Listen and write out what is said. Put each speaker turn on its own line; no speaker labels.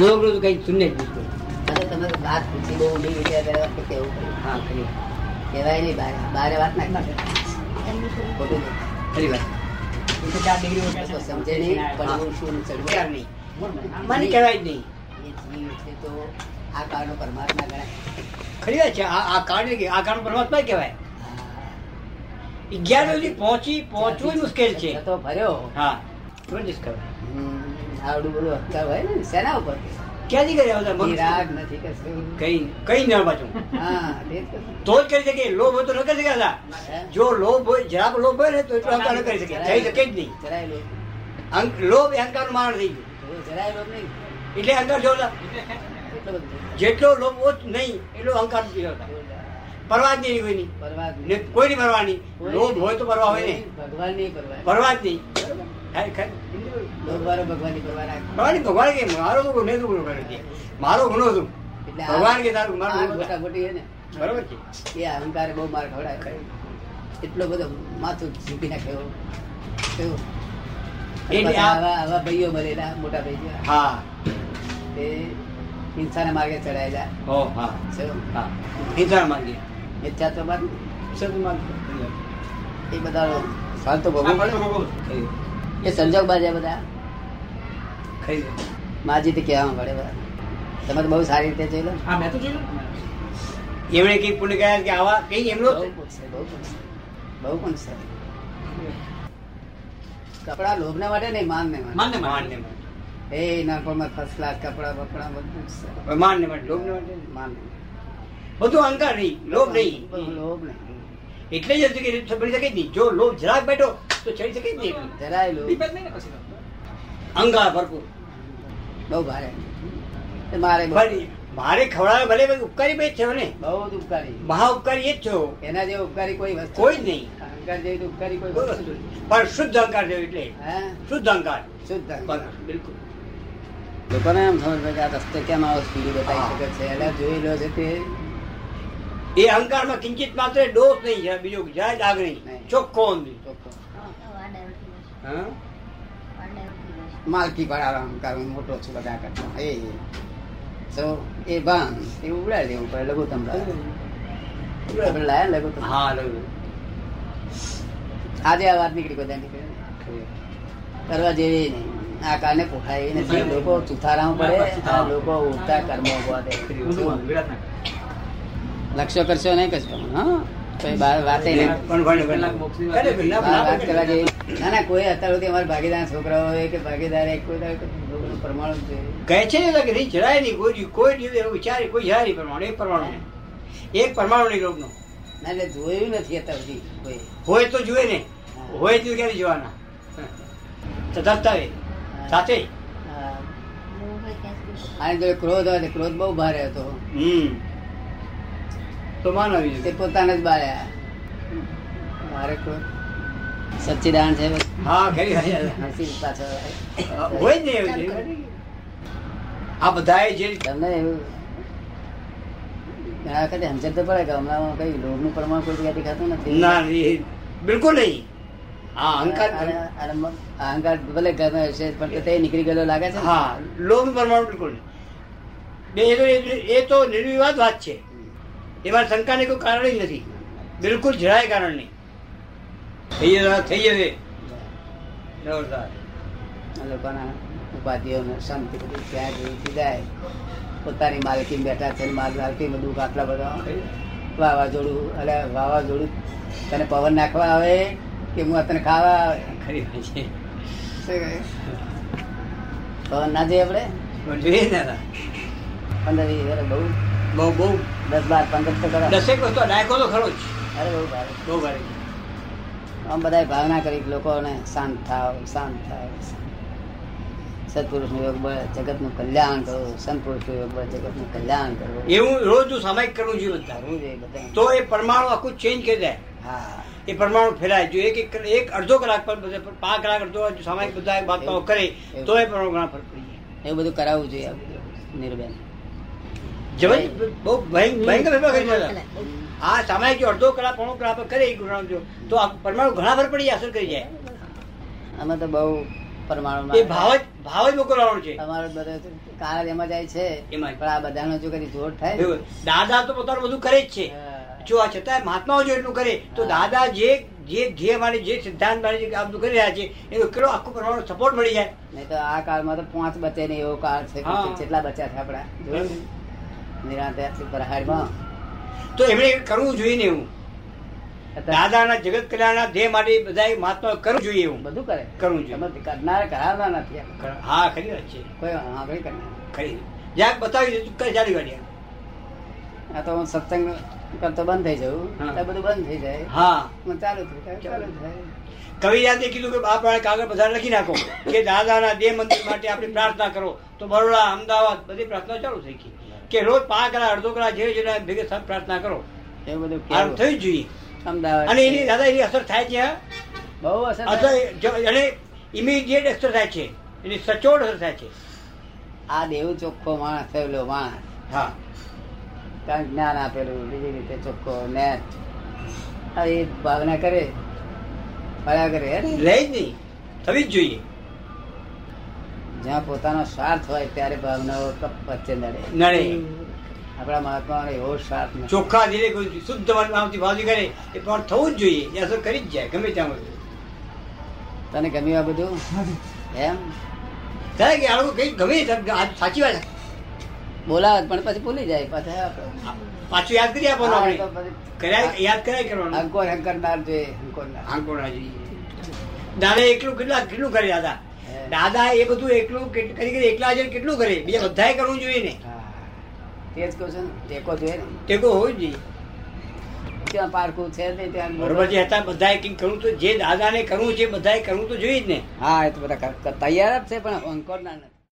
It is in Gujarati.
નોકરું તો કઈ શૂન્ય જ દીધું
મને તમે વાત પૂછી બહુ ઊંડી વિચાર કર્યા વખતે કેવું પડ્યું.
હા ખરી વાત.
કહેવાય નહીં બારે બારે વાત ના કરે ખોટું નહીં.
ખરી વાત
લોકો સમજે નહીં પણ હું શું ચડવા
વિચાર નહીં મને
નહીં.
કહેવાય જ નહીં
એ જીવ છે તો આ કાળનો પરમાત્મા ગણાય
ખરી વાત છે આ આ કારણ કે આ કારણ પરમાત્મા કહેવાય અગિયાર સુધી પહોંચી પહોંચવું ય મુશ્કેલ છે
તો ભર્યો
હા રોજ કહેવાય
હમ, આવડું બધું હપ્તા હોય ને શેના ઉપર
ક્યાંથી કર્યા બધા
એ
મગજ?
રાગ નથી કશું
કઈ કઈ ના પાછું
હા તે જ કશું.
તો જ કરી શકે લોભ હોય તો ન કરી શકે આલા.
હે?
જો લોભ હોય જરાક લોભ હોય ને તો એટલો અહંકાર ન કરી શકે થઈ શકે જ નહીં
જરાય લોભ.
અહં- લોભ એ અહંકારનું મારણ થઈ ગયું
જો જરાય લોભ નહીં
એટલે અહંકાર જોતા
એટલો બધો
જેટલો લોભ ઓછ નહીં એટલો અહંકાર જોતા પરવા જ નહીં કોઈની
પરવા જ
ને
નહીં.
કોઈ નહીં પરવાની લોભ હોય તો પરવા હોય ને
ભગવાન નહીં પરવા
પરવા જ નહીં ખાલી- ખાલી
ભગવાન ભગવાનની પરવા રાખે
ભગવાન ભગવાન કે મારો તો ગુનો ગુનો કર્યો છે મારો ગુનો હતો
એટલે આ-
ભગવાન કે તારું મારો
આ
ગુનો થાય.
ગોટાગોટી છે ને
બરોબર છે
એ અહંકારે બહુ માર ખવડાવે એટલો બધો માથું ઝૂકી નાખે એવો. કેવો? અને
એટલે
પાછા
આ-
આવા આવા ભાઈઓ મળેલા મોટા ભાઈઓ
હા
તે હિંસાના માર્ગે ચડાયેલા
હો હા
કેવો?
હા હિંસા માંગીએ
મિથ્યાત્વવાદ
સદ માંગીએ
એ બધા ફાલ તો ભોગવવું પડે ને.
ખરી
એ સંજોગબાજ છે બધા
ખરી
માજી તે કહેવામાં પડે બધા તમે તો બહુ સારી રીતે જોઈ લો ને.
એમણે કઈ પુણ્ય કર્યા કે આવા કઈ એમનો
બહુ ગુણ છે, બહુ ગુણ છે. બહુ ગુણ છે કપડા લોભના માટે નહીં માન ને માન
માનને માનને માન.
એ નાનપણમાં ફર્સ્ટ ક્લાસ કપડા બપડા બધું જ છે.
માનને માન, લોભને માન.
માન નહીં.
બધું અહંકાર નહીં લોભ નહીં
પણ લોભ નહીં.
એટલે જ હતું કે એ ચડી શકે જ નહીં જો લોભ જરાક બેઠો તો ચડી શકે જ નહીં એટલું.
જરાય લોભ
અહંકાર ભરપૂર
બહુ ભારે એ મારે બહુ-
ભલે, મારે ખવડાવે ભલે ભાઈ ઉપકારી ભાઈ જ છો ને
બહુ જ ઉપકારી
મહા ઉપકારી એ જ છો
એના જેવો ઉપકારી કોઈ વસ્તુ
કોઈ જ નહીં.
અહંકાર જેવી તો ઉપકારી કોઈ
બરોબર.
વસ્તુ નહીં.
પણ શુદ્ધ અહંકાર છે એટલે
હા
શુદ્ધ અહંકાર
શુદ્ધ અહંકાર.
બિલકુલ
લોકોને એમ સમજ પડે કે આ રસ્તે કેમ આવો સ્પીડ બતાવી
હા.
શકે છે એટલે જોઈ લો છે તે
એ અહંકારમાં કિંચિત માત્ર દોષ નહીં છે બીજો જરાય ડાઘ નહીં
નહીં.
ચોખ્ખો અંધી.
ચોખ્ખો.
હા?
માલકી પાડાનો અહંકાર હું મોટો છું બધા કરતા એ એ. So, એ ભાન એ ઉડાડી દેવું પડે લઘુત્તમ લાવે. આપણે લાયા ને લઘુત્તમ
હા લગ્ન.
આજે આ વાત નીકળી બધા નીકળી કરવા જેવી નહીં આ કારણે પોખાય એવી નથી લોકો ચુથારાઓ પડે આ લોકો ઉડતા કર્મો ઉભા દે લક્ષ્ય કરશો નહીં કશો હા કોઈ બાર વાતે નહીં
પણ ભલે, ભલે. ભલે, ભલે.
બાર વાત કરવા જેવી ના ના કોઈ અત્યાર સુધી અમારા ભાગીદાર છોકરાઓ હોય કે ભાગીદાર એક કોઈ દાડો કોઈ પ્રમાણ જ જોઈએ.
કહે છે ને કે નહીં, જરાય નહીં કોઈ દી- કોઈ દિવસ એવું વિચારે કોઈ જરાય નહીં પરમાણુ એક પરમાણુ નહીં. એક પરમાણુ નહીં લોભનો.
ના એટલે જોયું નથી અત્યાર સુધી કોઈ
હોય તો જુએ ને
હા.
હોય તો ક્યારે જોવાના તથા સાથે
હા. આની જોડે ક્રોધ હોય તો ક્રોધ બહુ ભારે હતો
હમ તો માનવી
તે
જોઈએ.
પોતાને જ બાળ્યા મારે ક્રોધ સચ્ચિદાન છે બસ.
હા ખરી વાત.
હસી પાછળ આવે.
હોય જ ને એવું છે. આ બધાએ જે
તમને એવું ઘણા વખતે સમજણ તો પડે કે હમણાં કઈ લોભનું પ્રમાણ કોઈ જગ્યાએ દેખાતું નથી
ના એ બિલકુલ નહીં આ
અને-
અહંકાર
અને મ- અહંકાર ભલે ઘરનો હશે પણ તે નીકળી ગયેલો લાગે છે ને?
હા લોભ પરમાણુ બિલકુલ નહીં. બે એ તો એ તો નિર્વિવાદ વાત છે એમાં શંકાને કોઈ કારણ જ નથી બિલકુલ જરાય કારણ નહીં થઈ જશે થઈ જશે જોરદાર.
આ લોકોના ઉપાધિઓને શાંતિ બધી ત્યાં જોઈતી જાય પોતાની માલકી બેઠા છે ને માલ માલકી બધું આટલા બધા વાવાઝોડું એટલે વાવાઝોડું તને પવન નાખવા આવે કે હું તને ખાવા આવે
ખરી વાત છે.
શું કહે? પવન ના જઈએ આપણે
પણ જોઈએ ને આ.
પંદર વીસ વર્ષ બહુ
બહુ બહુ
દસ બાર પંદર તો કરો
દસેક વસ્તુ ડાયકો તો ખરો જ
અરે બહુ ભારે
બહુ ભારે
આમ બધાય ભાવના કરી કે લોકોને શાંત થાવ શાંત થાવ સત્પુરુષનું યોગ બળ જગતનું કલ્યાણ કરો સંતપુરુષનું યોગ બળ જગતનું કલ્યાણ કરો
એવું રોજ હું સામાયિક કરું છું બધા
કરવું જોઈએ બધાએ.
તો એ પરમાણુ આખું ચેન્જ કરી દે
હા
એ પરમાણુ ફેલાય જો એક એક એક અડધો કલાક પર બધા પર- પાંચ કલાક અડધો કલાક જો સામાયિક બધા એ વાર્તાઓ કરે તો એ પરમાણુ ઘણા ફરક પડી
એવું બધું કરાવવું જોઈએ આ બધું. નિર્ભય
જાય જબરજસ્ત બહુ ભયં- ભયંકર ફેરફાર કરી દીધા. આ સામાયિક જો અડધો કલાક પોણો કલાક પર કરે એ ગુણો જો તો આ પરમાણુ ઘણા ફરક પડી જાય, અસર કરી જાય
અમે તો બહુ પરમાણુ
એ ભાવ જ ભાવ જ મોકલવાનો છે
તમારો બધો કારણ જ એમાં જાય છે
એમાં જ.
પણ આ બધાનો જો કદી જોડ થાય ને,
એવું. દાદા તો પોતાનું બધું કરે જ છે
હા.
જો આ છતાંય મહાત્માઓ જો એટલું કરે તો દાદા જે જે ધ્યેય મારે જે સિદ્ધાંત મારે જે આ બધું કરી રહ્યા છે એનો કેટલો આખો પ્રમાણનો સપોર્ટ મળી જાય
નહીં તો આ કાળમાં તો પાંચ બચે નહીં એવો કાળ છે
હા.
કેટલા બચ્યા છે આપડા
એવું.
નિરાંતે આટલી પરહારમાં
તો એમણે કરવું જોઈએ ને એવું
અત્યારે
દાદાના જગત કલ્યાણના ધ્યેય માટે બધા મહાત્મા કરવું જોઈએ એવું
બધું કરે
કરવું જોઈએ.
તમે કરનાર કરાવનાર નથી એમ.
હા ખરી વાત છે
કોઈ આંગળી કરનાર
ખરી જ્યાં બતાવી દીધું કરે ચાલી વાળી
આ તો હું સત્સંગ કરતો બંધ થઈ જવું
હા.
તો બધું બંધ થઈ જાય
હા
હું ચાલુ થયું ચાલુ થાય
કવિરાજે કીધું કે બાપ વાળા કાગળ બધા લખી નાખો કે દાદાના દેહ મંદિર માટે આપણે પ્રાર્થના કરો તો બરોડા અમદાવાદ બધી પ્રાર્થના ચાલુ થઈ ગઈ કે રોજ પાંચ કલાક અડધો કલાક જે જેના ભેગે થાય પ્રાર્થના કરો
એવું બધું
આમ
કેવું
થવી જ જોઈએ
અમદાવાદ
અને એની દાદા એની અસર થાય છે હા?
બહુ અસર
અસર
થાય.
જ- અને ઇમિડિયેટ અસર થાય છે એની સચોટ અસર થાય છે
આ દેવ ચોખ્ખો માણસ થયેલો માણસ
હા
કારણ કે જ્ઞાન આપેલું બીજી રીતે ચોખ્ખો નેટ હવે એ ભાવના કરે ફર્યા કરે અરે
રહે જ નહીં થવી જ જોઈએ
જ્યાં પોતાનો સ્વાર્થ હોય ત્યારે ભાવનાઓ કપ વચ્ચે નડે
નડે.
આપણા મહાત્માઓનો એવો સ્વાર્થ નથી.
ચોખ્ખા ધીરે કોઈ શુદ્ધ મનમાંથી ભાવથી કરે એ પણ થવું જ જોઈએ એ અસર કરી જ જાય ગમે ત્યાં હોય
તને ગમ્યું આ બધું એમ
થાય કે આ લોકો કંઈક ગમે તે- આ સાચી વાત
બોલાવે પણ પછી ભૂલી જાય પાછા આપણે.
પાછું યાદ કરી આપવાનું
હા,
આપણે
તો પછી
કરાય યાદ કરાય કરવાનું
અંકોર હંકરનાર જોઈએ હંકોરનાર.
આંકોડા જોઈએ દાદા એકલું કેટલા કેટલું કરે દાદા
હે.
દાદા એ બધું એકલું કેટ- કરી કરી એકલા હાજર કેટલું કરે બીજા બધાએ કરવું જોઈએ ને
હા. તે જ કહું છું ને, ટેકો જોઈએ ને
ટેકો હોવું જ જોઈએ
ત્યાં પારકું છે નહીં, ત્યાં
બરોબર જે હતા બધાએ કંઈક કરવું તો જે દાદાને કરવું છે બધાએ કરવું તો જોઈએ જ ને
હા એ તો બધા કર- કર- તૈયાર જ છે પણ અંકોરનાર નથી